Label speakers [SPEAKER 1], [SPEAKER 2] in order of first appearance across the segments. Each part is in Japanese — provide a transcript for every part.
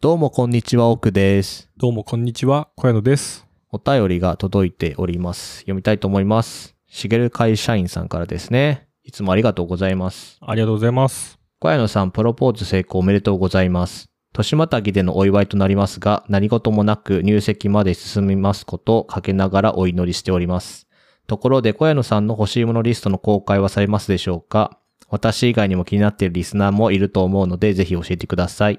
[SPEAKER 1] どうもこんにちは、奥です。
[SPEAKER 2] どうも、こんにちは。小屋野です。
[SPEAKER 1] お便りが届いております。読みたいと思います。しげる会社員さんからですね。いつもありがとうございます。
[SPEAKER 2] ありがとうございます。
[SPEAKER 1] 小屋野さん、プロポーズ成功おめでとうございます。年またぎでのお祝いとなりますが、何事もなく入籍まで進みますことをかけながらお祈りしております。ところで、小屋野さんの欲しいものリストの公開はされますでしょうか私以外にも気になっているリスナーもいると思うので、ぜひ教えてください。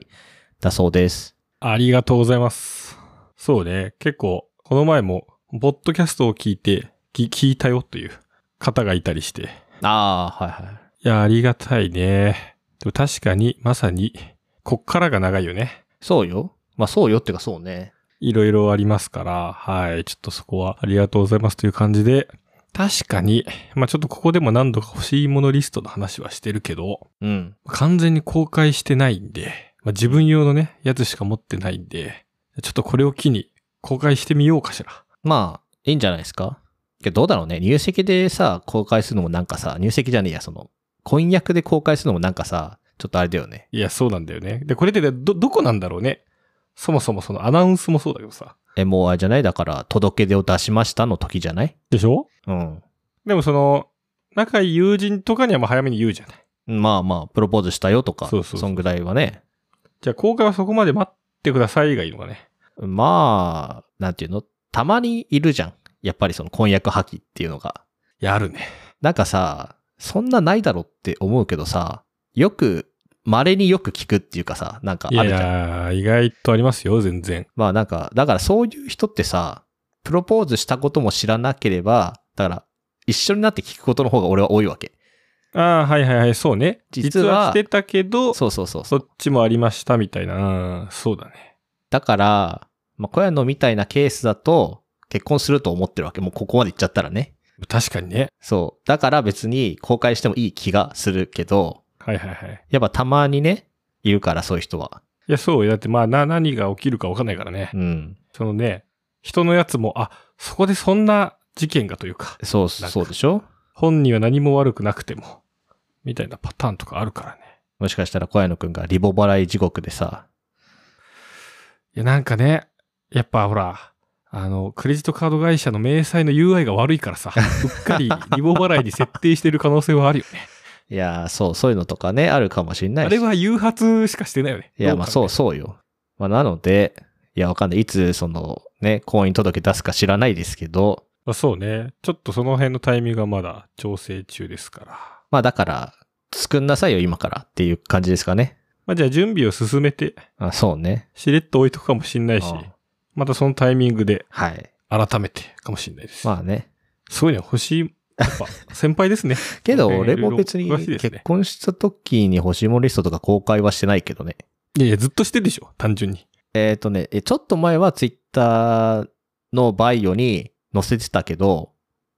[SPEAKER 1] だそうです。
[SPEAKER 2] ありがとうございます。そうね、結構、この前も、ポッドキャストを聞いて、き聞いたよという方がいたりして。い
[SPEAKER 1] ああ、はいはい。
[SPEAKER 2] や、ありがたいね。でも確かに、まさに、こっからが長いよね。
[SPEAKER 1] そうよ。まあそうよってかそうね。
[SPEAKER 2] いろいろありますから、はい、ちょっとそこはありがとうございますという感じで、確かに、まあちょっとここでも何度か欲しいものリストの話はしてるけど、
[SPEAKER 1] うん。
[SPEAKER 2] 完全に公開してないんで、まあ、自分用のね、やつしか持ってないんで、ちょっとこれを機に公開してみようかしら。
[SPEAKER 1] まあ、いいんじゃないですかけどどうだろうね。入籍でさ、公開するのもなんかさ、入籍じゃねえや、その、婚約で公開するのもなんかさ、ちょっとあれだよね。
[SPEAKER 2] いや、そうなんだよね。で、これってねど、どこなんだろうね。そもそもそのアナウンスもそうだけどさ。
[SPEAKER 1] え、もうあれじゃないだから、届け出を出しましたの時じゃない
[SPEAKER 2] でしょ
[SPEAKER 1] うん。
[SPEAKER 2] でもその、仲いい友人とかにはまあ早めに言うじゃない。
[SPEAKER 1] まあまあ、プロポーズしたよとか、
[SPEAKER 2] そうそうそうん
[SPEAKER 1] ぐらいはね。
[SPEAKER 2] じゃあ公開はそこまで待ってくださいがいいのかね。
[SPEAKER 1] まあ、なんていうのたまにいるじゃん。やっぱりその婚約破棄っていうのが。
[SPEAKER 2] いや、あるね。
[SPEAKER 1] なんかさ、そんなないだろって思うけどさ、よく、稀によく聞くっていうかさ、なんか
[SPEAKER 2] い
[SPEAKER 1] あるじゃん。
[SPEAKER 2] や、意外とありますよ、全然。
[SPEAKER 1] まあなんか、だからそういう人ってさ、プロポーズしたことも知らなければ、だから一緒になって聞くことの方が俺は多いわけ。
[SPEAKER 2] ああ、はいはいはい、そうね。
[SPEAKER 1] 実は
[SPEAKER 2] してたけど、そ
[SPEAKER 1] そうそうそうそう。
[SPEAKER 2] っちもありましたみたいな。うん、そうだね。
[SPEAKER 1] だから、まあ小屋のみたいなケースだと、結婚すると思ってるわけ。もうここまで行っちゃったらね。
[SPEAKER 2] 確かにね。
[SPEAKER 1] そう。だから別に公開してもいい気がするけど、
[SPEAKER 2] はいはいはい。
[SPEAKER 1] やっぱたまにね、いるからそういう人は。
[SPEAKER 2] いや、そうよ。だって、まあ、な、何が起きるか分かんないからね。
[SPEAKER 1] うん。
[SPEAKER 2] そのね、人のやつも、あ、そこでそんな事件がというか、
[SPEAKER 1] そう、
[SPEAKER 2] なんか
[SPEAKER 1] そうでしょ
[SPEAKER 2] 本人は何も悪くなくても、みたいなパターンとかあるからね。
[SPEAKER 1] もしかしたら小屋のくんがリボ払い地獄でさ、
[SPEAKER 2] いや、なんかね、やっぱほら、あの、クレジットカード会社の明細の UI が悪いからさ、うっかりリボ払いに設定してる可能性はあるよね。
[SPEAKER 1] いやー、そう、そういうのとかね、あるかもしれ ない
[SPEAKER 2] あ
[SPEAKER 1] し
[SPEAKER 2] れは誘発しかしてないよね。
[SPEAKER 1] いや、まあそううそうよ。まあなので、いや、わかんない。いつ、その、ね、婚姻届出すか知らないですけど、
[SPEAKER 2] まあそうね。ちょっとその辺のタイミングがまだ調整中ですから。
[SPEAKER 1] まあだから、作んなさいよ、今からっていう感じですかね。
[SPEAKER 2] まあじゃあ準備を進めて、
[SPEAKER 1] あそうね。
[SPEAKER 2] しれっと置いとくかもしんないし、
[SPEAKER 1] うん
[SPEAKER 2] またそのタイミングで
[SPEAKER 1] はい。
[SPEAKER 2] 改めてかもしんないです。
[SPEAKER 1] まあね。
[SPEAKER 2] すごいね、欲しい、やっぱ先輩で すね。
[SPEAKER 1] けど、
[SPEAKER 2] ね
[SPEAKER 1] 俺も別に
[SPEAKER 2] いろいろ詳しいですね
[SPEAKER 1] 結婚した時に欲しいものリストとか公開はしてないけどね。
[SPEAKER 2] いやいや、ずっとしてるでしょ、単純に。
[SPEAKER 1] えっ、とね、えちょっと前はツイッターのバイオに載せてたけど、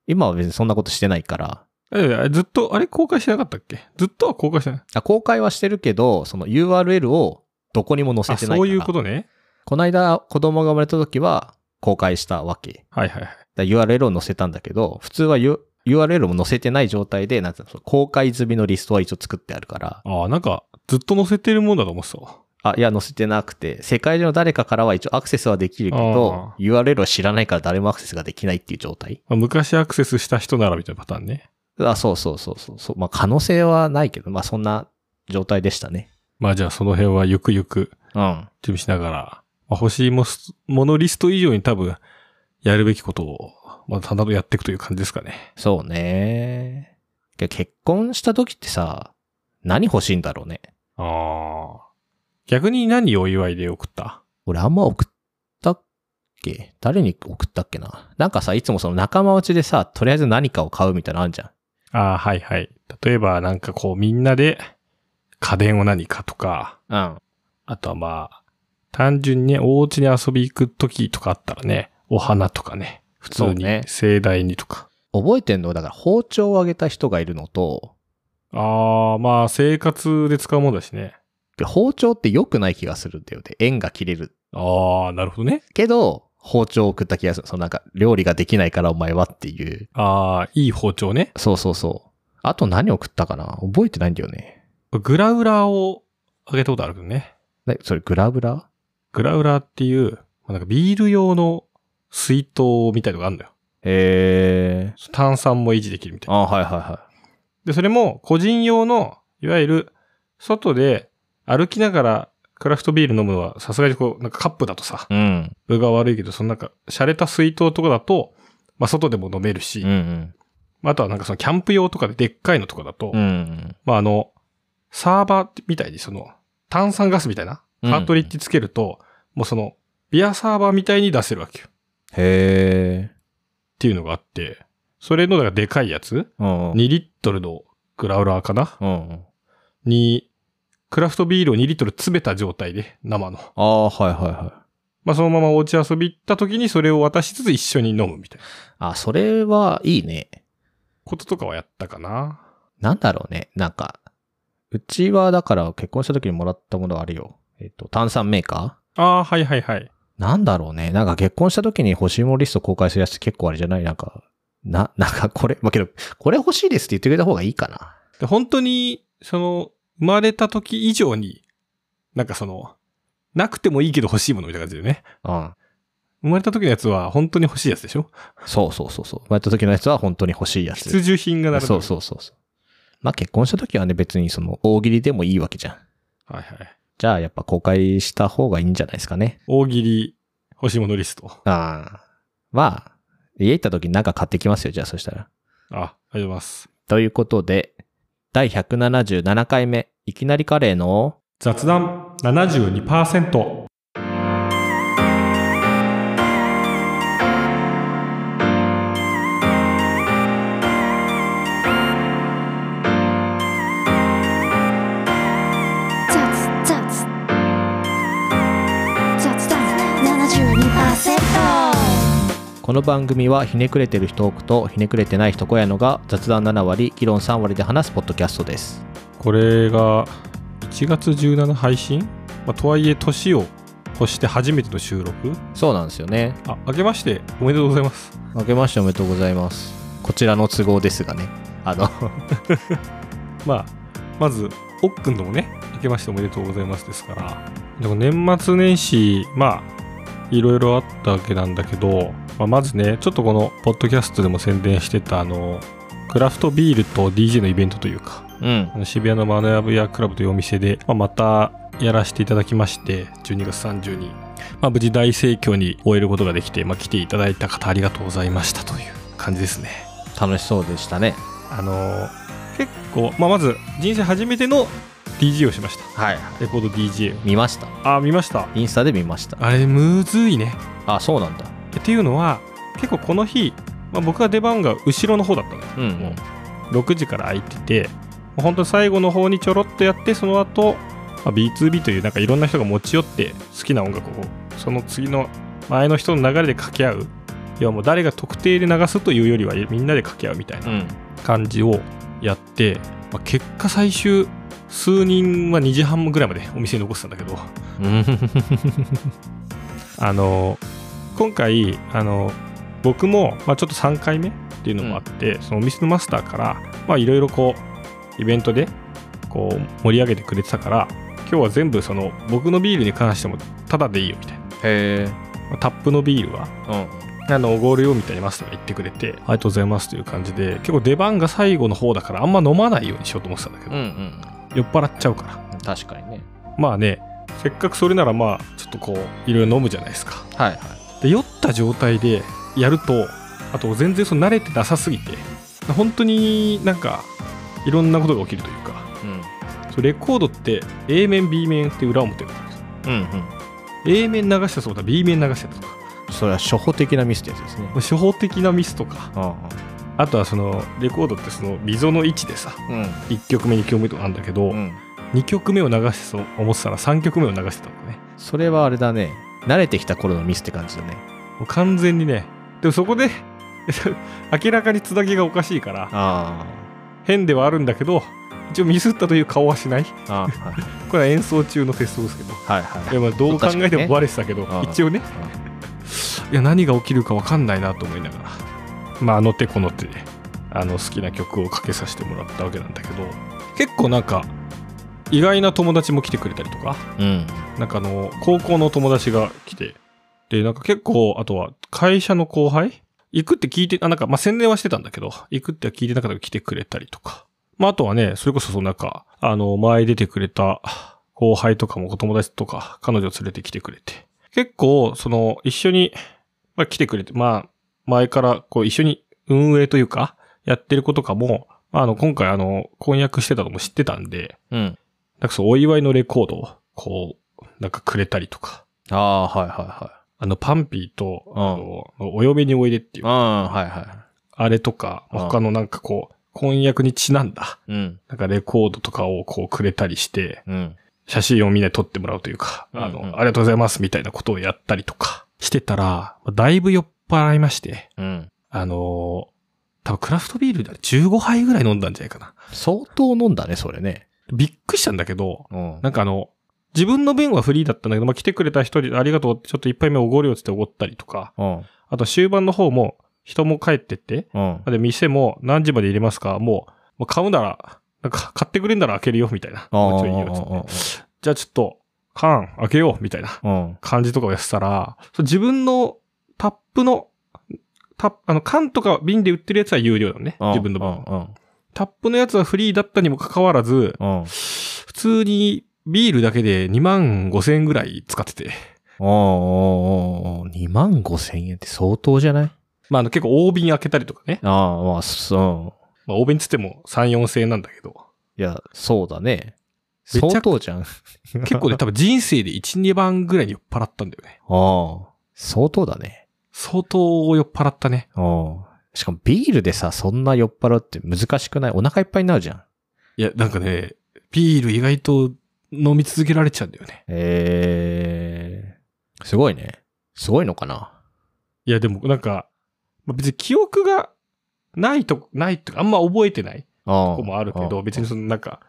[SPEAKER 1] 今は別にそんなことしてないから、
[SPEAKER 2] いやいやずっと、あれ公開してなかったっけずっとは公開してない。
[SPEAKER 1] あ公開はしてるけど、その URL をどこにも載
[SPEAKER 2] あ、
[SPEAKER 1] せてないから。
[SPEAKER 2] そういうことね。
[SPEAKER 1] この間子供が生まれた時は公開したわけ。
[SPEAKER 2] はいはいはい。
[SPEAKER 1] だ URL を載せたんだけど、普通は、U、URL も載せてない状態で、なんていうのその公開済みのリストは一応作ってあるから、
[SPEAKER 2] ああ、なんか、ずっと載せてるもんだと思ってたわ。
[SPEAKER 1] あ、いや、載せてなくて、世界中の誰かからは一応アクセスはできるけど
[SPEAKER 2] あ、
[SPEAKER 1] URL を知らないから誰もアクセスができないっていう状態。
[SPEAKER 2] まあ昔アクセスした人ならみたいなパターンね。
[SPEAKER 1] あ、そうそうそうそうそう。まあ、可能性はないけど、まあ、そんな状態でしたね。
[SPEAKER 2] まあじゃあその辺はゆくゆく
[SPEAKER 1] うん。
[SPEAKER 2] 準備しながら、まあ、欲しいもすものリスト以上に多分、やるべきことを、まあ、ただやっていくという感じですかね。
[SPEAKER 1] そうね。けど結婚した時ってさ、何欲しいんだろうね。
[SPEAKER 2] ああ。逆に何お祝いで送った
[SPEAKER 1] 俺あんま送ったっけ誰に送ったっけななんかさ、いつもその仲間内でさ、とりあえず何かを買うみたいなのあるじゃん。
[SPEAKER 2] ああ、はいはい。例えばなんかこうみんなで家電を何かとか、
[SPEAKER 1] うん。
[SPEAKER 2] あとはまあ、単純にねお家に遊び行く時とかあったらね、お花とかね、普通
[SPEAKER 1] そう
[SPEAKER 2] に
[SPEAKER 1] ね
[SPEAKER 2] 盛大にとか。
[SPEAKER 1] 覚えてんのだから包丁をあげた人がいるのと、
[SPEAKER 2] ああ、まあ生活で使うもんだしね。
[SPEAKER 1] で包丁って良くない気がするんだよね。縁が切れる。
[SPEAKER 2] ああ、なるほどね。
[SPEAKER 1] けど、包丁を送った気がする。そのなんか、料理ができないからお前はっていう。
[SPEAKER 2] ああ、いい包丁ね。
[SPEAKER 1] そうそうそう。あと何送ったかな覚えてないんだよね。
[SPEAKER 2] グラウラをあげたことあるけどね。
[SPEAKER 1] なそれグラブラ
[SPEAKER 2] グラウラーっていう、まあなんかビール用の水筒みたいのがあるんだよ。
[SPEAKER 1] へえ。
[SPEAKER 2] 炭酸も維持できるみたいな。
[SPEAKER 1] あ、はいはいは
[SPEAKER 2] で、それも個人用の、いわゆる、外で歩きながらクラフトビール飲むのは、さすがにこう、なんかカップだとさ、
[SPEAKER 1] い。うん。
[SPEAKER 2] 分が悪いけど、そのなんか、洒落た水筒とかだと、まあ外でも飲めるし、
[SPEAKER 1] うんうん。
[SPEAKER 2] まああとはなんかそのキャンプ用とかででっかいのとかだと、
[SPEAKER 1] うん。
[SPEAKER 2] まああの、サーバーみたいにその、炭酸ガスみたいな、
[SPEAKER 1] うん
[SPEAKER 2] カートリッジつけると、もうその、ビアサーバーみたいに出せるわけよ。っ
[SPEAKER 1] へえ。
[SPEAKER 2] ていうのがあって、それのなんかでかいやつ、
[SPEAKER 1] うん。
[SPEAKER 2] 2リットルのグラウラーかな
[SPEAKER 1] うんうん。
[SPEAKER 2] に、クラフトビールを2リットル詰めた状態で、生の。
[SPEAKER 1] ああ、はいはいは。
[SPEAKER 2] まあそのままお家遊び行った時にそれを渡しつつ一緒に飲むみたいない
[SPEAKER 1] あ、それはいいね。
[SPEAKER 2] こととかはやったかな。
[SPEAKER 1] なんだろうね。なんか、うちはだから結婚した時にもらったものがあるよ。えっと、炭酸メーカ
[SPEAKER 2] ああ、はいはいはい。
[SPEAKER 1] ーなんだろうね。なんか結婚した時に欲しいものリスト公開するやつ結構あれじゃないなんか、な、 なんかこれ、まあ、けど、これ欲しいですって言ってくれた方がいいかな。
[SPEAKER 2] で本当に、その、生まれた時以上に、なんかその、なくてもいいけど欲しいものみたいな感じでね。
[SPEAKER 1] うん。
[SPEAKER 2] 生まれた時のやつは本当に欲しいやつでしょ
[SPEAKER 1] そうそうそうそう。生まれた時のやつは本当に欲しいやつ。
[SPEAKER 2] 必需品がなる
[SPEAKER 1] そうそうそうそう。まあ結婚した時はね、別にその大喜利でもいいわけじゃん。
[SPEAKER 2] う。はいはい。
[SPEAKER 1] じゃあやっぱ公開した方がいいんじゃないですかね。
[SPEAKER 2] 大喜利、欲しいものリスト。
[SPEAKER 1] ああ。まあ、家行った時になんか買ってきますよ、じゃあそしたら。
[SPEAKER 2] あ、ありがとうございます。
[SPEAKER 1] ということで、第177回目、いきなりカレーの、
[SPEAKER 2] 雑談72%。
[SPEAKER 3] 雑雑雑談72%
[SPEAKER 1] この番組はひねくれてる人多くとひねくれてない人小屋のが雑談7割、議論3割で話すポッドキャストです。
[SPEAKER 2] これが1月17配信、まあ、とはいえ年を越して初めての収録
[SPEAKER 1] そうなんですよね。
[SPEAKER 2] あ明けましておめでとうございます
[SPEAKER 1] 明けましておめでとうございます。こちらの都合ですがね。あの、
[SPEAKER 2] まあまずおっくんともね明けましておめでとうございますですからでも年末年始まあいろいろあったわけなんだけど、まあ、まずねちょっとこのポッドキャストでも宣伝してたあのクラフトビールと DJ のイベントというか
[SPEAKER 1] うん
[SPEAKER 2] あ。の渋谷のマナブヤクラブというお店で、まあ、またやらせていただきまして12月30に、まあ、無事大盛況に終えることができて、まあ、来ていただいた方ありがとうございましたという感じですね
[SPEAKER 1] 楽しそうでしたね。
[SPEAKER 2] あのー結構、まあ、まず人生初めての DJ をしました
[SPEAKER 1] はい。
[SPEAKER 2] レコード DJ
[SPEAKER 1] 見ました。
[SPEAKER 2] あ見ました
[SPEAKER 1] インスタで見ました。
[SPEAKER 2] あれむずいね
[SPEAKER 1] あ、そうなんだ。
[SPEAKER 2] っていうのは結構この日、まあ、僕は出番が後ろの方だったの
[SPEAKER 1] う
[SPEAKER 2] よ
[SPEAKER 1] ん
[SPEAKER 2] もう6時から空いてて本当に最後の方にちょろっとやってその後、まあ、B2B というなんかいろんな人が持ち寄って好きな音楽をその次の前の人の流れで掛け合う要はもう誰が特定で流すというよりはみんなで掛け合うみたいな
[SPEAKER 1] うん。
[SPEAKER 2] 感じをやって、まあ、結果最終数人は2時半ぐらいまでお店に残してたんだけ ど
[SPEAKER 1] うん。
[SPEAKER 2] あの今回あの僕も、まあ、ちょっと3回目っていうのもあって、そのお店のマスターからまあいろいろこうイベントでこう盛り上げてくれてたから今日は全部その僕のビールに関してもタダでいいよみたいな、
[SPEAKER 1] へえ。
[SPEAKER 2] まあタップのビールは
[SPEAKER 1] うん。
[SPEAKER 2] あのおごるよみたいにマスターが言ってくれてありがとうございますという感じで結構出番が最後の方だからあんま飲まないようにしようと思ってたんだけ
[SPEAKER 1] うんう
[SPEAKER 2] ど、
[SPEAKER 1] ん。
[SPEAKER 2] 酔っ払っちゃうから
[SPEAKER 1] 確かにね。
[SPEAKER 2] まあねせっかくそれならまあちょっとこういろいろ飲むじゃないですか
[SPEAKER 1] はいはい。
[SPEAKER 2] で酔った状態でやるとあと全然その慣れてなさすぎて本当になんかいろんなことが起きるというか
[SPEAKER 1] うん。
[SPEAKER 2] そうレコードって A 面 B 面って裏表があるんですよ
[SPEAKER 1] うんうん。
[SPEAKER 2] A 面流したそうだ B 面流したとか
[SPEAKER 1] それは初歩的なミスってやつですね
[SPEAKER 2] も。う初歩的なミスとか
[SPEAKER 1] う
[SPEAKER 2] あとはそのレコードってその溝の位置でさ
[SPEAKER 1] ん。
[SPEAKER 2] 1曲目2曲目とかなんだけど、
[SPEAKER 1] ん。
[SPEAKER 2] 2曲目を流してそう思ってたら3曲目を流してたのね
[SPEAKER 1] それはあれだね。慣れてきた頃のミスって感じだね。
[SPEAKER 2] もう完全にねでもそこで 明らかにつなぎがおかしいから
[SPEAKER 1] あ
[SPEAKER 2] 変ではあるんだけど一応ミスったという顔はしないこ
[SPEAKER 1] あ。ああ。はい
[SPEAKER 2] れは演奏中の鉄則ですけど
[SPEAKER 1] はいはい
[SPEAKER 2] やまあどう考えてもバレてたけど、
[SPEAKER 1] 確かにね
[SPEAKER 2] 一応ねいや何が起きるか分かんないなと思いながらまああの手この手であの好きな曲をかけさせてもらったわけなんだけど結構なんか意外な友達も来てくれたりとか、
[SPEAKER 1] うん。
[SPEAKER 2] なんかあの、高校の友達が来て、で、なんか結構、あとは会社の後輩行くって聞いて、あ、なんか、まあ、宣伝はしてたんだけど、行くっては聞いてなかったけど来てくれたりとか。まあ、あとはね、それこそそのなんか、あの、前出てくれた後輩とかもお友達とか彼女を連れてきてくれて。結構、その、一緒に、まあ、来てくれて、まあ、前からこう一緒に運営というか、やってる子とかも、まあ、あの、今回あの、婚約してたのも知ってたんで、
[SPEAKER 1] うん。
[SPEAKER 2] なんかそう、お祝いのレコードを、こう、なんかくれたりとか。
[SPEAKER 1] ああ、はいは
[SPEAKER 2] あの、パンピーと、
[SPEAKER 1] うん
[SPEAKER 2] あの、お嫁においでってい、
[SPEAKER 1] いうはい。うん、はいは
[SPEAKER 2] あれとか、
[SPEAKER 1] うん
[SPEAKER 2] 他のなんかこう、婚約にちなんだ、
[SPEAKER 1] い。うん、
[SPEAKER 2] なんかレコードとかをこうくれたりして、
[SPEAKER 1] うん。
[SPEAKER 2] 写真をみんなに撮ってもらうというか、あの、
[SPEAKER 1] うんうん
[SPEAKER 2] ありがとうございますみたいなことをやったりとかしてたら、だいぶ酔っ払いまして、
[SPEAKER 1] うん。
[SPEAKER 2] あの、多分クラフトビールで15杯ぐらい飲んだんじゃないかな。
[SPEAKER 1] 相当飲んだね、それね。
[SPEAKER 2] びっくりしたんだけど、
[SPEAKER 1] うん。
[SPEAKER 2] なんかあの、自分の分はフリーだったんだけど、まあ、来てくれた人にありがとうってちょっと一杯目おごるよっつっておごったりとか、
[SPEAKER 1] うん、
[SPEAKER 2] あと終盤の方も人も帰ってって、
[SPEAKER 1] うん。
[SPEAKER 2] で、店も何時まで入れますかもう、もう買うなら、なんか買ってくれんなら開けるよ、みたいな。もうちょいいいよっつってじゃあちょっと、缶開けよう、みたいな
[SPEAKER 1] うん。
[SPEAKER 2] 感じとかをやってたら、そう自分のタップの、タップ、あの、缶とか瓶で売ってるやつは有料だね。自分の分。
[SPEAKER 1] う
[SPEAKER 2] タップのやつはフリーだったにもかかわらず、
[SPEAKER 1] ん。うん。
[SPEAKER 2] 普通にビールだけで2万5千円ぐらい使ってて。
[SPEAKER 1] おーおーおーおー2万5千円って相当じゃない
[SPEAKER 2] まあ、あの結構大瓶開けたりとかね。
[SPEAKER 1] ああ、まあ、そう。
[SPEAKER 2] まあ、大瓶つっても3、4千円なんだけど。
[SPEAKER 1] いや、そうだね。
[SPEAKER 2] めちゃく
[SPEAKER 1] 相当じゃん。あ
[SPEAKER 2] 結構ね、多分人生で1、2番ぐらいに酔っ払ったんだよね。
[SPEAKER 1] あ、相当だね。
[SPEAKER 2] 相当酔っ払ったね。
[SPEAKER 1] ああ。しかもビールでさ、そんな酔っ払うって難しくないお腹いっぱいになるじゃん。
[SPEAKER 2] いや、なんかね、ビール意外と飲み続けられちゃうんだよね。
[SPEAKER 1] ええすごいね。すごいのかない
[SPEAKER 2] や、でもなんか、まあ、別に記憶がないと、ないっていうか、あんま覚えてない
[SPEAKER 1] ああ。
[SPEAKER 2] とこもあるけど、別に
[SPEAKER 1] そ
[SPEAKER 2] そのなんか、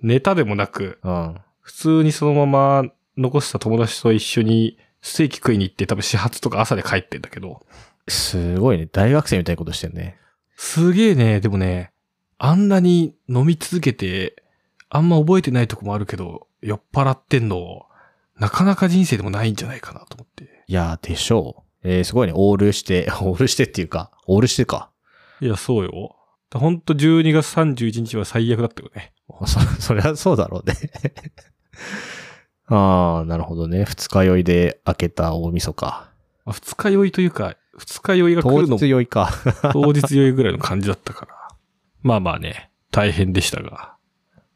[SPEAKER 2] ネタでもなく、
[SPEAKER 1] うん。
[SPEAKER 2] 普通にそのまま残した友達と一緒にステーキ食いに行って多分始発とか朝で帰ってんだけど、
[SPEAKER 1] すごいね。大学生みたいなことしてるね。
[SPEAKER 2] すげえね、でもね、あんなに飲み続けて、あんま覚えてないとこもあるけど、酔っ払ってんの、なかなか人生でもないんじゃないかなと思って。
[SPEAKER 1] いやー、でしょう。えー、すごいね。オールして、 オールしてっていうか、オールしてか。
[SPEAKER 2] いや、そうよ。ほんと12月31日は最悪だったよね。
[SPEAKER 1] そ、そりゃそうだろうね。 ああ、なるほどね。二日酔いで開けた大晦日。
[SPEAKER 2] まあ二日酔いというか、二日酔いが来
[SPEAKER 1] 当
[SPEAKER 2] るのも
[SPEAKER 1] 日酔いか。
[SPEAKER 2] 当日酔いぐらいの感じだったから。まあまあね、大変でしたが。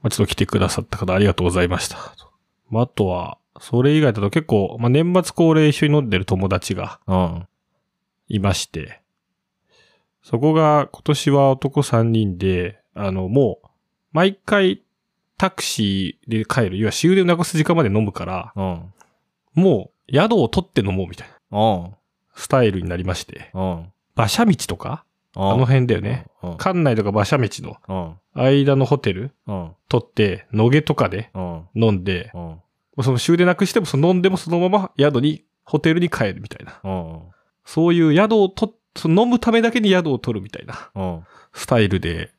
[SPEAKER 2] まあ、ちょっと来てくださった方ありがとうございました。とまあ、あとは、それ以外だと結構、まあ、年末恒例一緒に飲んでる友達が
[SPEAKER 1] うん。
[SPEAKER 2] いまして、そこが今年は男3人で、あの、もう、毎回タクシーで帰る、要は終電をなくす時間まで飲むから、
[SPEAKER 1] うん。
[SPEAKER 2] もう宿を取って飲もうみたいな
[SPEAKER 1] うん。
[SPEAKER 2] スタイルになりまして、
[SPEAKER 1] うん。
[SPEAKER 2] 馬車道とかあの辺だよね。。
[SPEAKER 1] うん。
[SPEAKER 2] 館内とか馬車道の
[SPEAKER 1] うん。
[SPEAKER 2] 間のホテル
[SPEAKER 1] うん。
[SPEAKER 2] 取って、野毛とかで
[SPEAKER 1] うん。
[SPEAKER 2] 飲んで、
[SPEAKER 1] うん。
[SPEAKER 2] その終電なくしても、その飲んでもそのまま宿に、ホテルに帰るみたいな。
[SPEAKER 1] うん。
[SPEAKER 2] そういう宿をと、その飲むためだけに宿を取るみたいな
[SPEAKER 1] うん。
[SPEAKER 2] スタイルで、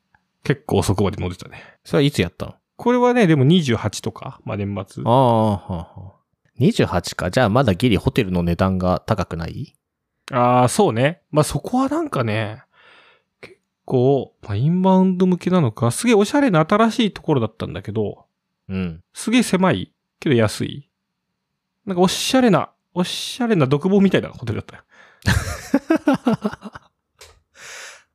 [SPEAKER 2] 結構そこまで飲んでたね。
[SPEAKER 1] それはいつやったの
[SPEAKER 2] これはね、でも28とか、まあ年末
[SPEAKER 1] あ。あ、はあはあ。28か。じゃあまだギリホテルの値段が高くない
[SPEAKER 2] ああ、そうね。まあそこはなんかね、結構、まあインバウンド向けなのか、すげえおしゃれな新しいところだったんだけど、
[SPEAKER 1] うん。
[SPEAKER 2] すげえ狭いけど安い。なんかおしゃれな、おしゃれな独房みたいなホテルだったよ。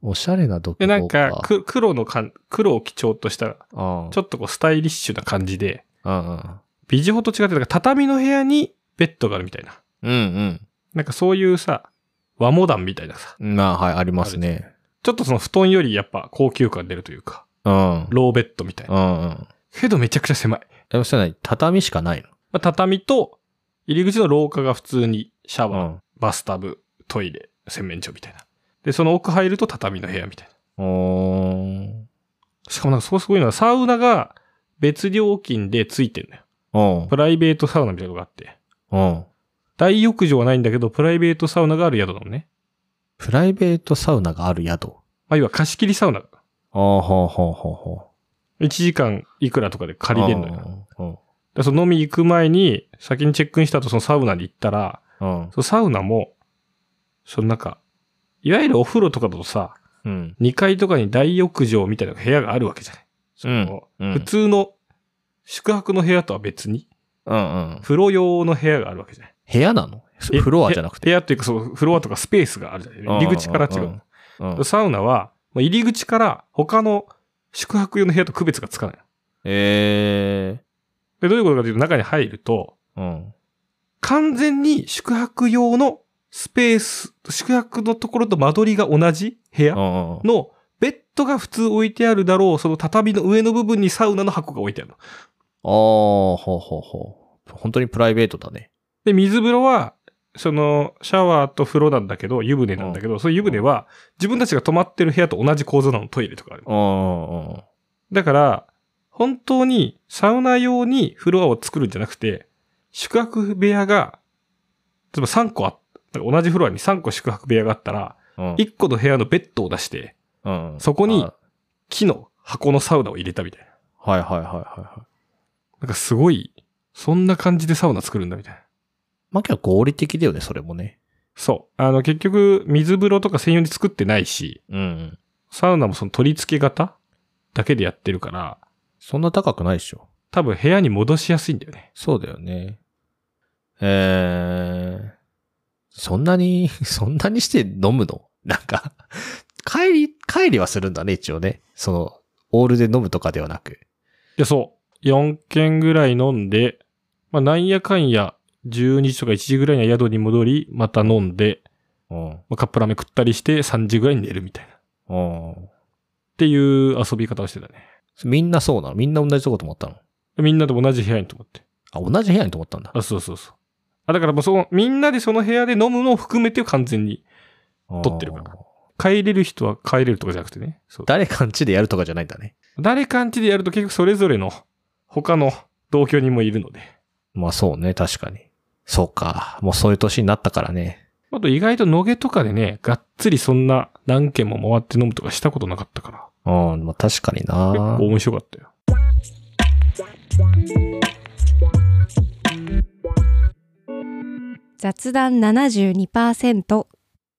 [SPEAKER 1] おしゃれな独
[SPEAKER 2] で、
[SPEAKER 1] 房
[SPEAKER 2] なんか、く黒のかん、黒を基調とした、
[SPEAKER 1] うん。
[SPEAKER 2] ちょっとこうスタイリッシュな感じで、
[SPEAKER 1] うんうん。
[SPEAKER 2] ビジホと違って、なんか畳の部屋にベッドがあるみたいな。
[SPEAKER 1] うん
[SPEAKER 2] なんかそういうさ、和モダンみたいなさ。
[SPEAKER 1] うん。まあ、はい、ありますね。
[SPEAKER 2] ちょっとその布団よりやっぱ高級感出るというか、
[SPEAKER 1] うん。うん
[SPEAKER 2] ローベッドみたいな。
[SPEAKER 1] うん。
[SPEAKER 2] けどめちゃくちゃ狭い。
[SPEAKER 1] でもそれ何畳しかない
[SPEAKER 2] まあ、畳と、入り口の廊下が普通にシャ
[SPEAKER 1] のう
[SPEAKER 2] ワー、
[SPEAKER 1] ん。
[SPEAKER 2] バスタブ、トイレ、洗面所みたいな。で、その奥入ると畳の部屋みたいな。
[SPEAKER 1] おー
[SPEAKER 2] しかもなんかそこすごいのは、サウナが別料金でついてんだよ。
[SPEAKER 1] うん
[SPEAKER 2] プ。ライベートサウナみたいなのがあって。
[SPEAKER 1] うん。
[SPEAKER 2] 大浴場はないんだけど、プライベートサウナがある宿なのね。
[SPEAKER 1] プライベートサウナがある宿。
[SPEAKER 2] まあ、要は貸し切りサウナ。
[SPEAKER 1] ああ、ほうほうほうほ
[SPEAKER 2] 1時間いくらとかで借りれるのよ。だか
[SPEAKER 1] よ。
[SPEAKER 2] らその飲み行く前に、先にチェックインした後、そのサウナに行ったら、
[SPEAKER 1] うん。うん
[SPEAKER 2] そのサウナも、そのなんか、いわゆるお風呂とかだとさ、
[SPEAKER 1] うん。
[SPEAKER 2] 2階とかに大浴場みたいな部屋があるわけじゃない。その
[SPEAKER 1] うんうん
[SPEAKER 2] 普通の宿泊の部屋とは別に、
[SPEAKER 1] うんうん。
[SPEAKER 2] 風呂用の部屋があるわけじゃない。
[SPEAKER 1] 部屋なの
[SPEAKER 2] え
[SPEAKER 1] フロアじゃなくて。
[SPEAKER 2] 部屋っていうか、そのフロアとかスペースがあるじゃない。入り口から違う。
[SPEAKER 1] うん。うん
[SPEAKER 2] サウナは、まあ入り口から他の宿泊用の部屋と区別がつかない。
[SPEAKER 1] え
[SPEAKER 2] で、どういうことかというと、中に入ると、
[SPEAKER 1] ー。うん。
[SPEAKER 2] 完全に宿泊用のスペース、宿泊のところと間取りが同じ部
[SPEAKER 1] う
[SPEAKER 2] 屋
[SPEAKER 1] んうん。
[SPEAKER 2] のベッドが普通置いてあるだろう、その畳の上の部分にサウナの箱が置いてあるの。
[SPEAKER 1] ああ、ほうほうほう。本当にプライベートだね。
[SPEAKER 2] で、水風呂は、その、シャワーと風呂なんだけど、湯船なんだけど、その湯船は、自分たちが泊まってる部屋と同じ構造なの、トイレとかある。
[SPEAKER 1] うんうんうん。
[SPEAKER 2] だから、本当にサウナ用にフロアを作るんじゃなくて、宿泊部屋が、例えば3個あっ同じフロアに3個宿泊部屋があったら、
[SPEAKER 1] うん
[SPEAKER 2] 1個の部屋のベッドを出して、
[SPEAKER 1] うん
[SPEAKER 2] そこに
[SPEAKER 1] あ
[SPEAKER 2] 木の箱のサウナを入れたみたいな。
[SPEAKER 1] はいはいはいはいはい。
[SPEAKER 2] なんかすごい、そんな感じでサウナ作るんだみたいな。
[SPEAKER 1] まあ、けど合理的だよね、それもね。
[SPEAKER 2] そう。あの、結局、水風呂とか専用に作ってないし、
[SPEAKER 1] うん。
[SPEAKER 2] サウナもその取り付け型だけでやってるから、
[SPEAKER 1] そんな高くないでしょ。
[SPEAKER 2] 多分部屋に戻しやすいんだよね。
[SPEAKER 1] そうだよね。えー、そんなに、 そんなにして飲むのなんか、帰り、帰りはするんだね、一応ね。その、オールで飲むとかではなく。
[SPEAKER 2] で、そう。4軒ぐらい飲んで、まあ、なんやかんや、12時とか1時ぐらいには宿に戻り、また飲んで、
[SPEAKER 1] うん。
[SPEAKER 2] まあ、カップラーメン食ったりして、3時ぐらいに寝るみたいな。っ
[SPEAKER 1] うん。
[SPEAKER 2] ていう遊び方をしてたね。
[SPEAKER 1] みんなそうなのみんな同じとこと思ったの
[SPEAKER 2] でみんなと同じ部屋にと思って。
[SPEAKER 1] あ、同じ部屋にと思ったんだ。
[SPEAKER 2] あ、そうそうそう。あ、だからもうその、みんなでその部屋で飲むのを含めて完全に、撮ってるから
[SPEAKER 1] あー
[SPEAKER 2] 帰れる人は帰れるとかじゃなくてね。そう。
[SPEAKER 1] 誰かんちでやるとかじゃないんだね。
[SPEAKER 2] 誰かんちでやると結局それぞれの、他の同居人もいるので。
[SPEAKER 1] まあそうね、確かに。そうか。もうそういう年になったからね。
[SPEAKER 2] あと意外と野毛とかでね、がっつりそんな何軒も回って飲むとかしたことなかったから。
[SPEAKER 1] うん、まあ確かにな。
[SPEAKER 2] 結構面白かったよ。
[SPEAKER 4] 雑談72%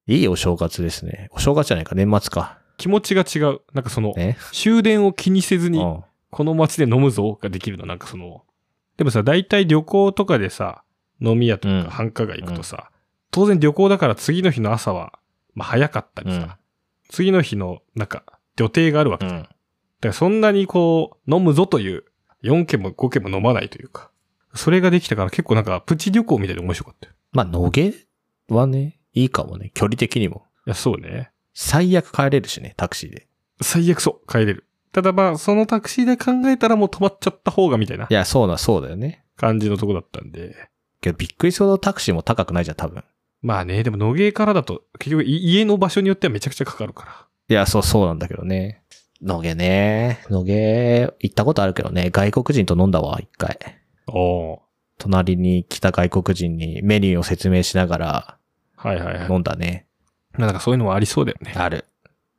[SPEAKER 1] いいお正月ですね。お正月じゃないか、年末か。
[SPEAKER 2] 気持ちが違う。なんかその、
[SPEAKER 1] ね。
[SPEAKER 2] 終電を気にせず
[SPEAKER 1] う
[SPEAKER 2] に、
[SPEAKER 1] ん。
[SPEAKER 2] この街で飲むぞができるの。なんかその、でもさ、大体旅行とかでさ、飲み屋と
[SPEAKER 1] うん
[SPEAKER 2] か繁華街行くとさ、当然旅行だから次の日の朝は、まあ早かったりさ、
[SPEAKER 1] うん
[SPEAKER 2] 次の日の、なんか、予定があるわけ
[SPEAKER 1] う
[SPEAKER 2] じゃん。
[SPEAKER 1] ん。
[SPEAKER 2] だからそんなにこう、飲むぞという、4軒も5軒も飲まないというか、それができたから結構なんか、プチ旅行みたいで面白かったよ。
[SPEAKER 1] まあ、野毛はね、いいかもね。距離的にも。
[SPEAKER 2] いや、そうね。
[SPEAKER 1] 最悪帰れるしね、タクシーで。
[SPEAKER 2] 最悪そう、帰れる。ただまあ、そのタクシーで考えたらもう止まっちゃった方がみたいない
[SPEAKER 1] や、そうな、そうだよね。
[SPEAKER 2] 感じのとこだったんで。
[SPEAKER 1] けど、びっくりするほどタクシーも高くないじゃん、多分。
[SPEAKER 2] まあね、でも野毛からだと、結局い家の場所によってはめちゃくちゃかかるから。
[SPEAKER 1] いや、そう、そうなんだけどね。野毛ね。野毛、行ったことあるけどね、外国人と飲んだわ、一回。
[SPEAKER 2] おー
[SPEAKER 1] 隣に来た外国人にメニューを説明しながら
[SPEAKER 2] はいはいはい。
[SPEAKER 1] 飲んだね。
[SPEAKER 2] なんかそういうのもありそうだよね。
[SPEAKER 1] ある。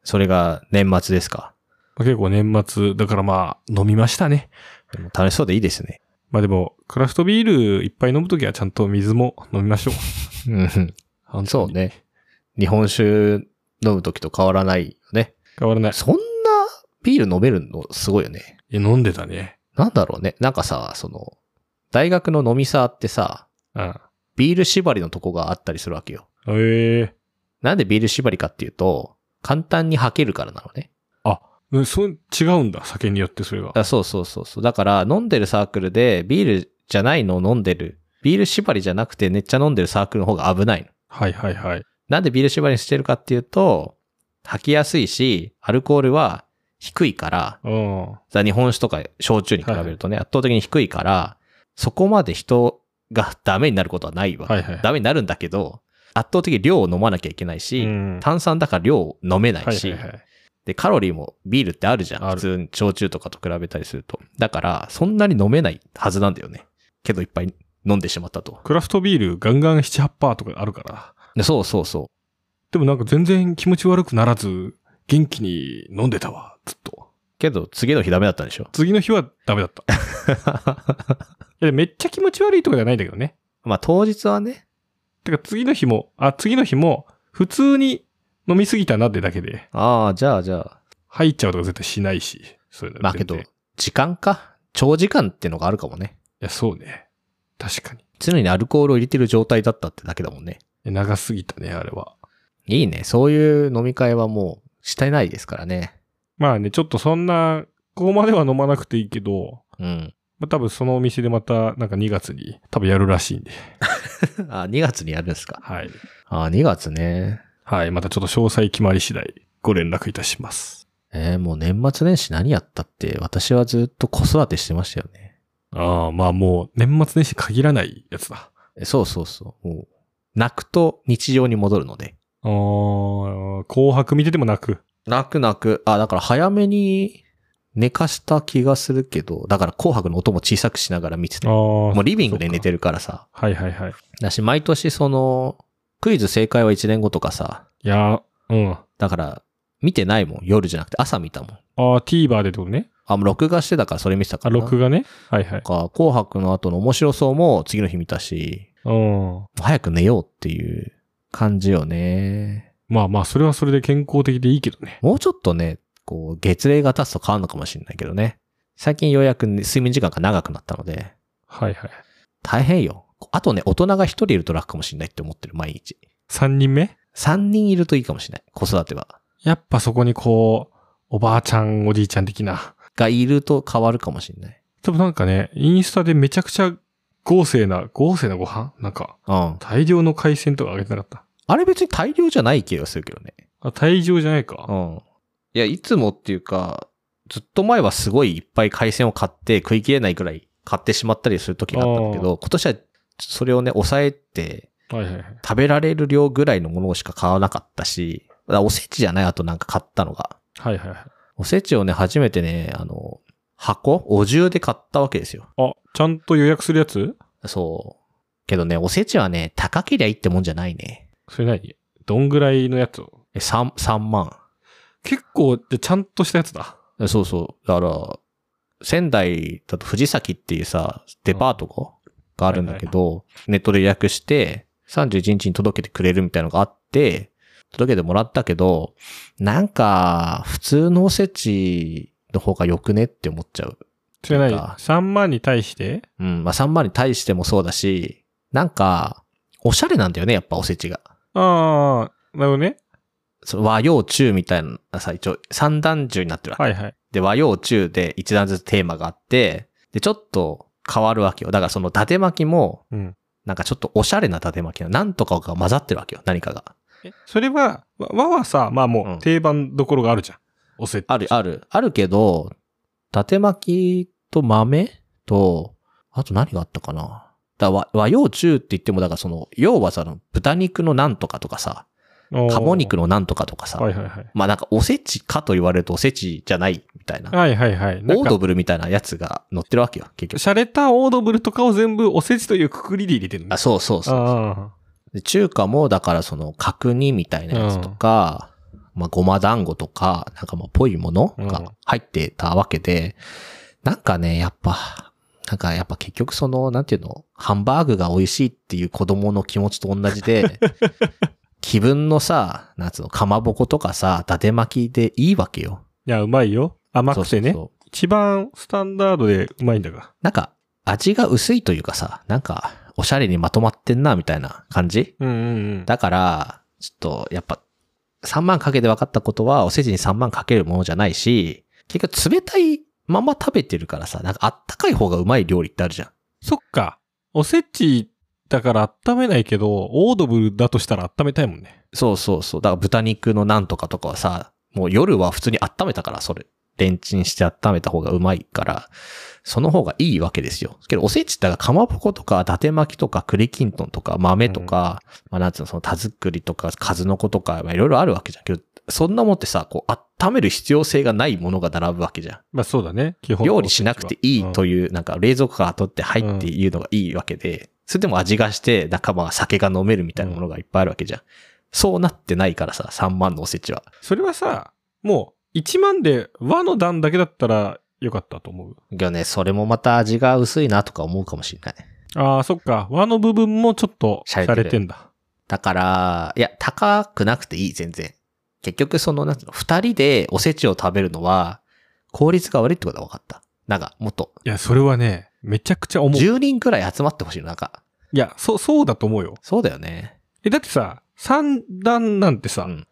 [SPEAKER 1] それが年末ですか。
[SPEAKER 2] 結構年末、だからまあ、飲みましたね。
[SPEAKER 1] でも楽しそうでいいですね。
[SPEAKER 2] まあでも、クラフトビールいっぱい飲むときはちゃんと水も飲みましょう。
[SPEAKER 1] うん
[SPEAKER 2] 本当に
[SPEAKER 1] そうね。日本酒飲むときと変わらないよね。
[SPEAKER 2] 変わらない。
[SPEAKER 1] そんなビール飲めるのすごいよね。
[SPEAKER 2] え、飲んでたね。
[SPEAKER 1] なんだろうね。なんかさ、その、大学の飲みサーってさ、
[SPEAKER 2] うん。
[SPEAKER 1] ビール縛りのとこがあったりするわけよ。
[SPEAKER 2] ええ
[SPEAKER 1] なんでビール縛りかっていうと、簡単に吐けるからなのね。
[SPEAKER 2] うんそう、違うんだ。酒によってそれが。
[SPEAKER 1] あそうそうそうそう。だから、飲んでるサークルでビールじゃないのを飲んでる。ビール縛りじゃなくてめっちゃ飲んでるサークルの方が危ないの。
[SPEAKER 2] はいはいはい。
[SPEAKER 1] なんでビール縛りにしてるかっていうと、吐きやすいし、アルコールは低いから、
[SPEAKER 2] うん。は
[SPEAKER 1] ザ日本酒とか焼酎に比べるとね、圧倒的に低いから、そこまで人がダメになることはないわ。
[SPEAKER 2] いはい。
[SPEAKER 1] ダメになるんだけど、圧倒的に量を飲まなきゃいけないし、
[SPEAKER 2] うん
[SPEAKER 1] 炭酸だから量を飲めないし、
[SPEAKER 2] はいはいはい、
[SPEAKER 1] で、カロリーもビールってあるじゃん。
[SPEAKER 2] あ
[SPEAKER 1] 普
[SPEAKER 2] る
[SPEAKER 1] 通に焼酎とかと比べたりすると。だから、そんなに飲めないはずなんだよね。けどいっぱい飲んでしまったと。
[SPEAKER 2] クラフトビールガンガン7、8%とかあるから。
[SPEAKER 1] でそうそうそう。
[SPEAKER 2] でもなんか全然気持ち悪くならず、元気に飲んでたわ、ずっと。
[SPEAKER 1] けど、次の日ダメだったんでしょ
[SPEAKER 2] 次の日はダメ だった。いやめっちゃ気持ち悪いとかじゃないんだけどね。
[SPEAKER 1] まあ当日はね。
[SPEAKER 2] てか次の日も、あ、次の日も、普通に飲みすぎたなってだけで、
[SPEAKER 1] ああ、じゃあじゃあ。負
[SPEAKER 2] 入っちゃうとか絶対しないし、そういうの
[SPEAKER 1] ま
[SPEAKER 2] は
[SPEAKER 1] あけ
[SPEAKER 2] 全然
[SPEAKER 1] ど、時間か。長時間ってのがあるかもね。
[SPEAKER 2] いや、そうね。確かに。
[SPEAKER 1] 常にアルコールを入れてる状態だったってだけだもんね。
[SPEAKER 2] え長すぎたね、あれは。
[SPEAKER 1] いいね。そういう飲み会はもう、してないですからね。
[SPEAKER 2] まあね、ちょっとそんな、ここまでは飲まなくていいけど、
[SPEAKER 1] うん。
[SPEAKER 2] まあ多分そのお店でまた、なんか2月に、多分やるらしいんで。
[SPEAKER 1] あ、2月にやるんですか。
[SPEAKER 2] はい。
[SPEAKER 1] あ、2月ね。
[SPEAKER 2] はい。またちょっと詳細決まり次第、ご連絡いたします。
[SPEAKER 1] えーもう年末年始何やったって、私はずっと子育てしてましたよね。
[SPEAKER 2] ああ、まあもう、年末年始限らないやつだ。
[SPEAKER 1] えそうそうそう。もう、泣くと日常に戻るので。
[SPEAKER 2] ああ、紅白見てても泣く。
[SPEAKER 1] 泣く泣く。あ、だから早めに寝かした気がするけど、だから紅白の音も小さくしながら見てて。も
[SPEAKER 2] も
[SPEAKER 1] うリビングで寝て
[SPEAKER 2] る。
[SPEAKER 1] るからさ。
[SPEAKER 2] はいはいはい。
[SPEAKER 1] だし、毎年その、クイズ正解は1年後とかさ。
[SPEAKER 2] いやー、うん。あ
[SPEAKER 1] だから、見てないもん。夜じゃなくて朝見たもん。
[SPEAKER 2] あ、TVer でってことね。
[SPEAKER 1] あ、もう録画してたからそれ見てた
[SPEAKER 2] あ、
[SPEAKER 1] からな。
[SPEAKER 2] 録画ね。はいはい。
[SPEAKER 1] なんか、紅白の後の面白そうも次の日見たし、
[SPEAKER 2] うん。
[SPEAKER 1] 早く寝ようっていう感じよね。
[SPEAKER 2] まあまあ、それはそれで健康的でいいけどね。
[SPEAKER 1] もうちょっとね、こう、月齢が経つと変わるのかもしれないけどね。最近ようやくね睡眠時間が長くなったので、
[SPEAKER 2] はいはい。
[SPEAKER 1] 大変よ。あとね、大人が一人いると楽かもしれないって思ってる、毎日。
[SPEAKER 2] 3人目
[SPEAKER 1] 三人いるといいかもしれない。子育ては。
[SPEAKER 2] やっぱそこにこう、おばあちゃん、おじいちゃん的な。
[SPEAKER 1] がいると変わるかもしれない。
[SPEAKER 2] 多分なんかね、インスタでめちゃくちゃ豪勢な、豪勢なご飯なんか、
[SPEAKER 1] うん。
[SPEAKER 2] 大量の海鮮とかあげてなかった。
[SPEAKER 1] あれ別に大量じゃない気がするけどね。
[SPEAKER 2] あ、大量じゃないか。
[SPEAKER 1] うん。いや、いつもっていうか、ずっと前はすごいいっぱい海鮮を買って食い切れないくらい買ってしまったりする時があったんだけど、今年はそれをね、抑えて
[SPEAKER 2] はいはいはい。
[SPEAKER 1] 食べられる量ぐらいのものしか買わなかったし、だからおせちじゃないあとなんか買ったのが。
[SPEAKER 2] はいはいはい。
[SPEAKER 1] おせちをね、初めてね、あの、箱お重で買ったわけですよ。
[SPEAKER 2] あ、ちゃんと予約するやつ
[SPEAKER 1] そう。けどね、おせちはね、高けりゃいいってもんじゃないね。
[SPEAKER 2] それ何どんぐらいのやつを
[SPEAKER 1] え3、三万。
[SPEAKER 2] 結構、じゃあちゃんとしたやつだ。
[SPEAKER 1] えそうそう。だから、仙台だと藤崎っていうさ、デパートががあるんだけど、ネットで予約して、31日に届けてくれるみたいなのがあって、届けてもらったけど、なんか、普通のおせちの方が良くねって思っちゃう。
[SPEAKER 2] それ何
[SPEAKER 1] なんか
[SPEAKER 2] ?3 万に対して
[SPEAKER 1] うん。まあ、3万に対してもそうだし、なんか、おしゃれなんだよね、やっぱおせちが。
[SPEAKER 2] ああ、なるほどね。
[SPEAKER 1] その和洋中みたいなさ、一応三段重になってるわけ
[SPEAKER 2] はいはい。
[SPEAKER 1] で、和洋中で一段ずつテーマがあって、で、ちょっと変わるわけよ。だからその伊達巻きも、
[SPEAKER 2] うん。
[SPEAKER 1] なんかちょっとおしゃれな伊達巻きな、なんとかが混ざってるわけよ、何かが。
[SPEAKER 2] え、それは、わ和はさ、まあ
[SPEAKER 1] う
[SPEAKER 2] も
[SPEAKER 1] ん
[SPEAKER 2] う定番どころがあるじゃん。おせち。
[SPEAKER 1] ある、ある、あるけど、伊達巻きと豆と、あと何があったかな。だ和和洋中って言っても、だからその、要はさ、あの豚肉のなんとかとかさ、
[SPEAKER 2] おー
[SPEAKER 1] 鴨肉のなんとかとかさ、
[SPEAKER 2] はいはいはい。
[SPEAKER 1] まあなんかおせちかと言われるとおせちじゃないみたいな、
[SPEAKER 2] はいはいはい。な
[SPEAKER 1] オ
[SPEAKER 2] ん
[SPEAKER 1] ー
[SPEAKER 2] か
[SPEAKER 1] ドブルみたいなやつが載ってるわけよ、結局。
[SPEAKER 2] 洒落たオードブルとかを全部おせちというくくりで入れてるん
[SPEAKER 1] あ、
[SPEAKER 2] だ。
[SPEAKER 1] そうそうそう。
[SPEAKER 2] あ
[SPEAKER 1] で中華も、だからその、角煮みたいなやつとか、まあ、ごま団子とか、なんかまあ、ぽいもの
[SPEAKER 2] うん
[SPEAKER 1] が入ってたわけで、なんかね、やっぱ、なんかやっぱ結局その、なんていうの、ハンバーグが美味しいっていう子供の気持ちと同じで、 気分のさ、なんつうの、かまぼことかさ、伊達巻きでいいわけよ。
[SPEAKER 2] いや、うまいよ。甘くてね。
[SPEAKER 1] そうそうそう
[SPEAKER 2] 一番スタンダードでうまいんだが。
[SPEAKER 1] なんか、味が薄いというかさ、なんか、おしゃれにまとまってんな、みたいな感じ
[SPEAKER 2] うんうんうん。
[SPEAKER 1] だから、ちょっと、やっぱ、3万かけて分かったことは、おせちに3万かけるものじゃないし、結局冷たいまま食べてるからさ、なんかあったかい方がうまい料理ってあるじゃん。
[SPEAKER 2] そっか。おせちだから温めないけど、オードブルだとしたら温めたいもんね。
[SPEAKER 1] そうそうそう。だから豚肉のなんとかとかはさ、もう夜は普通に温めたから、それ。レンチンして温めた方がうまいから、その方がいいわけですよ。けど、おせちってだからかまぼことか、伊達巻きとか、栗きんとんとか、豆とか、まあなんつうの、その田作りとか、数の子とか、まあいろいろあるわけじゃん。けど、そんなもんってさ、こう、温める必要性がないものが並ぶわけじゃん。
[SPEAKER 2] まあそうだね。基本。
[SPEAKER 1] 料理しなくていいと
[SPEAKER 2] い
[SPEAKER 1] いう、なんか冷蔵庫から取って入っていうのがいいわけで、それでも味がして仲間が酒が飲めるみたいなものがいっぱいあるわけじゃん。そうなってないからさ、3万のおせちは。
[SPEAKER 2] それはさ、も1万で和の段だけだったらよかったと思う。
[SPEAKER 1] いやね、それもまた味が薄いなとか思うかもしれない。
[SPEAKER 2] ああ、そっか。和の部分もちょっと
[SPEAKER 1] 洒落
[SPEAKER 2] 洒
[SPEAKER 1] てる
[SPEAKER 2] 落てんだ。
[SPEAKER 1] だから、いや、高くなくていい、全然。結局、その、なんていうの、二人でおせちを食べるのは、効率が悪いってことが分かった。なんか、もっと、
[SPEAKER 2] いや、それはね、めちゃくちゃ思う。い
[SPEAKER 1] 10人くらい集まってほしいの、なんか。
[SPEAKER 2] や、そう、そうだと思うよ。
[SPEAKER 1] そうだよね。
[SPEAKER 2] え、だってさ、三段なんてさ、
[SPEAKER 1] うん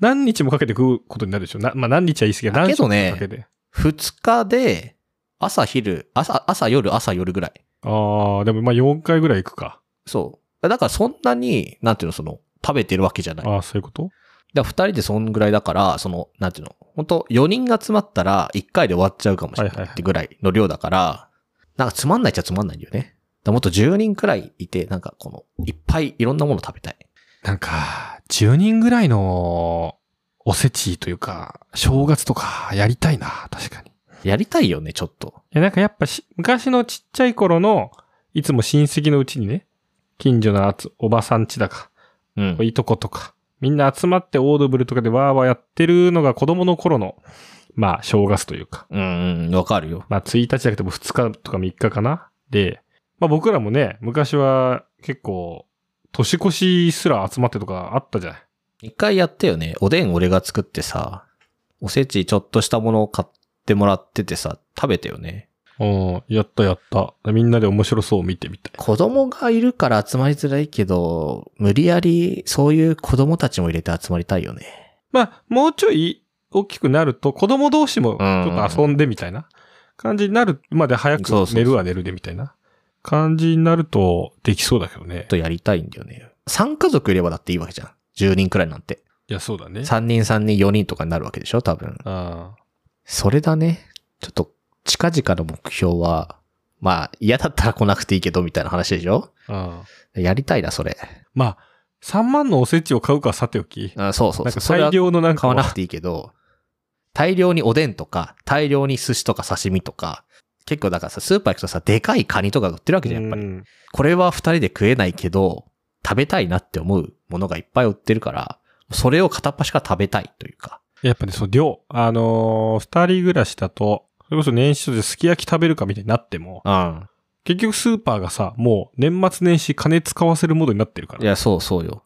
[SPEAKER 2] 何日もかけて食うことになるでしょなまあ何日は言い過ぎや
[SPEAKER 1] だ
[SPEAKER 2] 何
[SPEAKER 1] け
[SPEAKER 2] 日も
[SPEAKER 1] どね
[SPEAKER 2] かけて。
[SPEAKER 1] 二日で、朝昼、朝、朝夜、朝夜ぐらい。
[SPEAKER 2] ああ、でもまあ4回ぐらい行くか。
[SPEAKER 1] そう。だから、そんなに、なんていうの、その、食べてるわけじゃない。
[SPEAKER 2] ああ、そういうこと
[SPEAKER 1] だから二人でそんぐらいだから、その、なんていうの、本当4人が集まったら、1回で終わっちゃうかもしれ
[SPEAKER 2] はいは
[SPEAKER 1] ないい
[SPEAKER 2] はい
[SPEAKER 1] ってぐらいの量だから、なんかつまんないっちゃつまんないんだよね。だからもっと10人くらいいて、なんかこの、いっぱいいろんなもの食べたい。
[SPEAKER 2] なんか、10人ぐらいのおせちというか、正月とかやりたいな、確かに。い
[SPEAKER 1] やりたいよね、ちょっと。
[SPEAKER 2] や、なんかやっぱし昔のちっちゃい頃の、いつも親戚のうちにね、近所のあつおばさんちだか、
[SPEAKER 1] うん。
[SPEAKER 2] いとことか、みんな集まってオードブルとかでわーわーやってるのが子供の頃の、まあ、正月というか、
[SPEAKER 1] うん、うんわかるよ。
[SPEAKER 2] まあ、1日じゃなくても2日とか3日かな。で、まあ僕らもね、昔は結構、年越しすら集まってとかあったじゃない。
[SPEAKER 1] 一回やってよね。おでん俺が作ってさ、おせちちょっとしたものを買ってもらっててさ、食べてよね。
[SPEAKER 2] うん、やったやった。みんなで面白そう見てみたい。
[SPEAKER 1] 子供がいるから集まりづらいけど、無理やりそういう子供たちも入れて集まりたいよね。
[SPEAKER 2] まあ、もうちょい大きくなると、子供同士もち
[SPEAKER 1] うん
[SPEAKER 2] ょっと遊んでみたいな感じになるまで早く
[SPEAKER 1] そうそうそう
[SPEAKER 2] 寝るは寝るでみたいな感じになるとできそうだけどね
[SPEAKER 1] ちょっ。とやりたいんだよね。3家族いればだっていいわけじゃん。10人くらいなんて。
[SPEAKER 2] いや、そうだね。
[SPEAKER 1] 3人3人4人とかになるわけでしょ多分。
[SPEAKER 2] あ
[SPEAKER 1] それだね。ちょっと近々の目標は、まあ嫌だったら来なくていいけどみたいな話でしょ
[SPEAKER 2] あ、ああ。
[SPEAKER 1] やりたいな、それ。
[SPEAKER 2] まあ、3万のおせちを買うかはさておき、
[SPEAKER 1] あそうそう
[SPEAKER 2] なんか
[SPEAKER 1] それは
[SPEAKER 2] 最良のなんか
[SPEAKER 1] 買
[SPEAKER 2] は
[SPEAKER 1] わなくていいけど、大量におでんとか、大量に寿司とか刺身とか、結構だからさ、スーパー行くとさ、でかいカニとかが売ってるわけじゃん、やっぱり。
[SPEAKER 2] うん
[SPEAKER 1] これは二人で食えないけど、食べたいなって思うものがいっぱい売ってるから、それを片っ端から食べたいというか。
[SPEAKER 2] やっぱね、その量、あのー二人暮らしだと、それこそ年始ですき焼き食べるかみたいになっても、
[SPEAKER 1] うん。
[SPEAKER 2] 結局スーパーがさ、もう年末年始金使わせるモードになってるから
[SPEAKER 1] い。や、そうそうよ。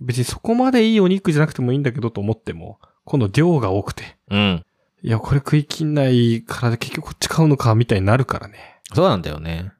[SPEAKER 2] 別にそこまでいいお肉じゃなくてもいいんだけどと思っても、今度量が多くて、
[SPEAKER 1] うん。
[SPEAKER 2] いや、これ食い切んないから結局こっち買うのか、みたいになるからね。
[SPEAKER 1] そうなんだよね。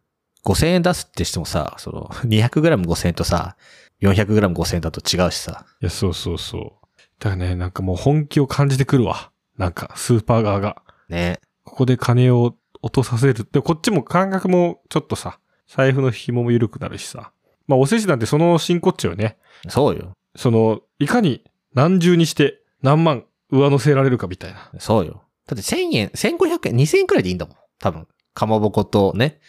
[SPEAKER 1] 5000円出すってしてもさ、その、200g5000 円とさ、400g5000 円だと違うしさ。
[SPEAKER 2] いや、そうそうそう。だからね、なんかもう本気を感じてくるわ。なんか、スーパー側が。
[SPEAKER 1] ね。
[SPEAKER 2] ここで金を落とさせる。で、こっちも感覚もちょっとさ、財布の紐も緩くなるしさ。まあ、お世辞なんてその真骨頂よね。
[SPEAKER 1] そうよ。
[SPEAKER 2] その、いかに何重にして何万上乗せられるかみたいな。
[SPEAKER 1] そうよ。だって1000円、1500円、2000円くらいでいいんだもん。多分。かまぼことね、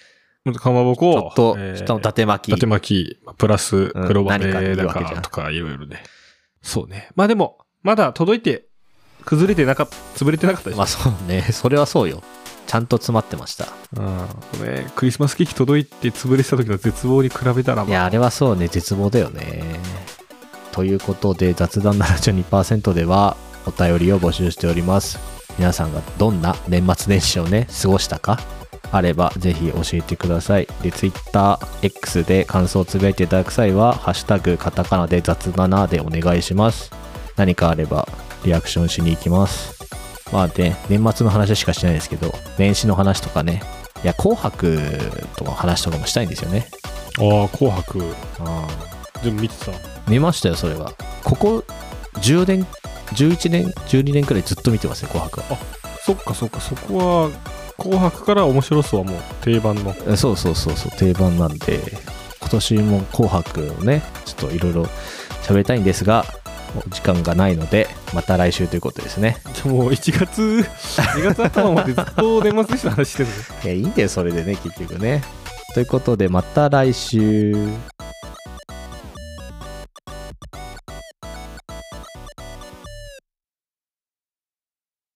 [SPEAKER 2] かまぼこ
[SPEAKER 1] ち
[SPEAKER 2] を
[SPEAKER 1] ょっと
[SPEAKER 2] え、ー
[SPEAKER 1] 下の縦巻
[SPEAKER 2] 伊
[SPEAKER 1] き。
[SPEAKER 2] 達巻き、プラス
[SPEAKER 1] うん
[SPEAKER 2] 黒バ
[SPEAKER 1] 何
[SPEAKER 2] レ
[SPEAKER 1] かいい
[SPEAKER 2] だ
[SPEAKER 1] わけじ
[SPEAKER 2] か
[SPEAKER 1] ゃん
[SPEAKER 2] とかいろいろね。そうね。まあでも、まだ届いて、崩れてなかった、潰れてなかったでしょ。
[SPEAKER 1] まあそうね。それはそうよ。ちゃんと詰まってました。
[SPEAKER 2] うん。これ、クリスマスケーキ届いて潰れてた時の絶望に比べたら、
[SPEAKER 1] い
[SPEAKER 2] まあ、
[SPEAKER 1] や、あれはそうね、絶望だよね。ということで、雑談72%ではお便りを募集しております。皆さんがどんな年末年始をね、過ごしたかあれば、ぜひ教えてください。で、Twitter、X で感想をつぶやいていただく際は、ハッシュタグカタカナで雑7でお願いします。何かあれば、リアクションしに行きます。まあね、年末の話しかしないですけど、年始の話とかね、いや、紅白とかの話とかもしたいんですよね。
[SPEAKER 2] ああ、紅白、
[SPEAKER 1] あー
[SPEAKER 2] 全部見てた。
[SPEAKER 1] 見ましたよそれはここ10年11年12年くらいずっと見てますね紅白は
[SPEAKER 2] そっかそっか、そこは、紅白から面白そうはもう定番の。
[SPEAKER 1] えそうそうそうそう定番なんで今年も「紅白」をねちょっといろいろ喋りたいんですがもう時間がないのでまた来週ということですね
[SPEAKER 2] でも、1月、2月頭までずっと年末年始の話してるの。
[SPEAKER 1] いやいいんだよそれでね結局ねということでまた来週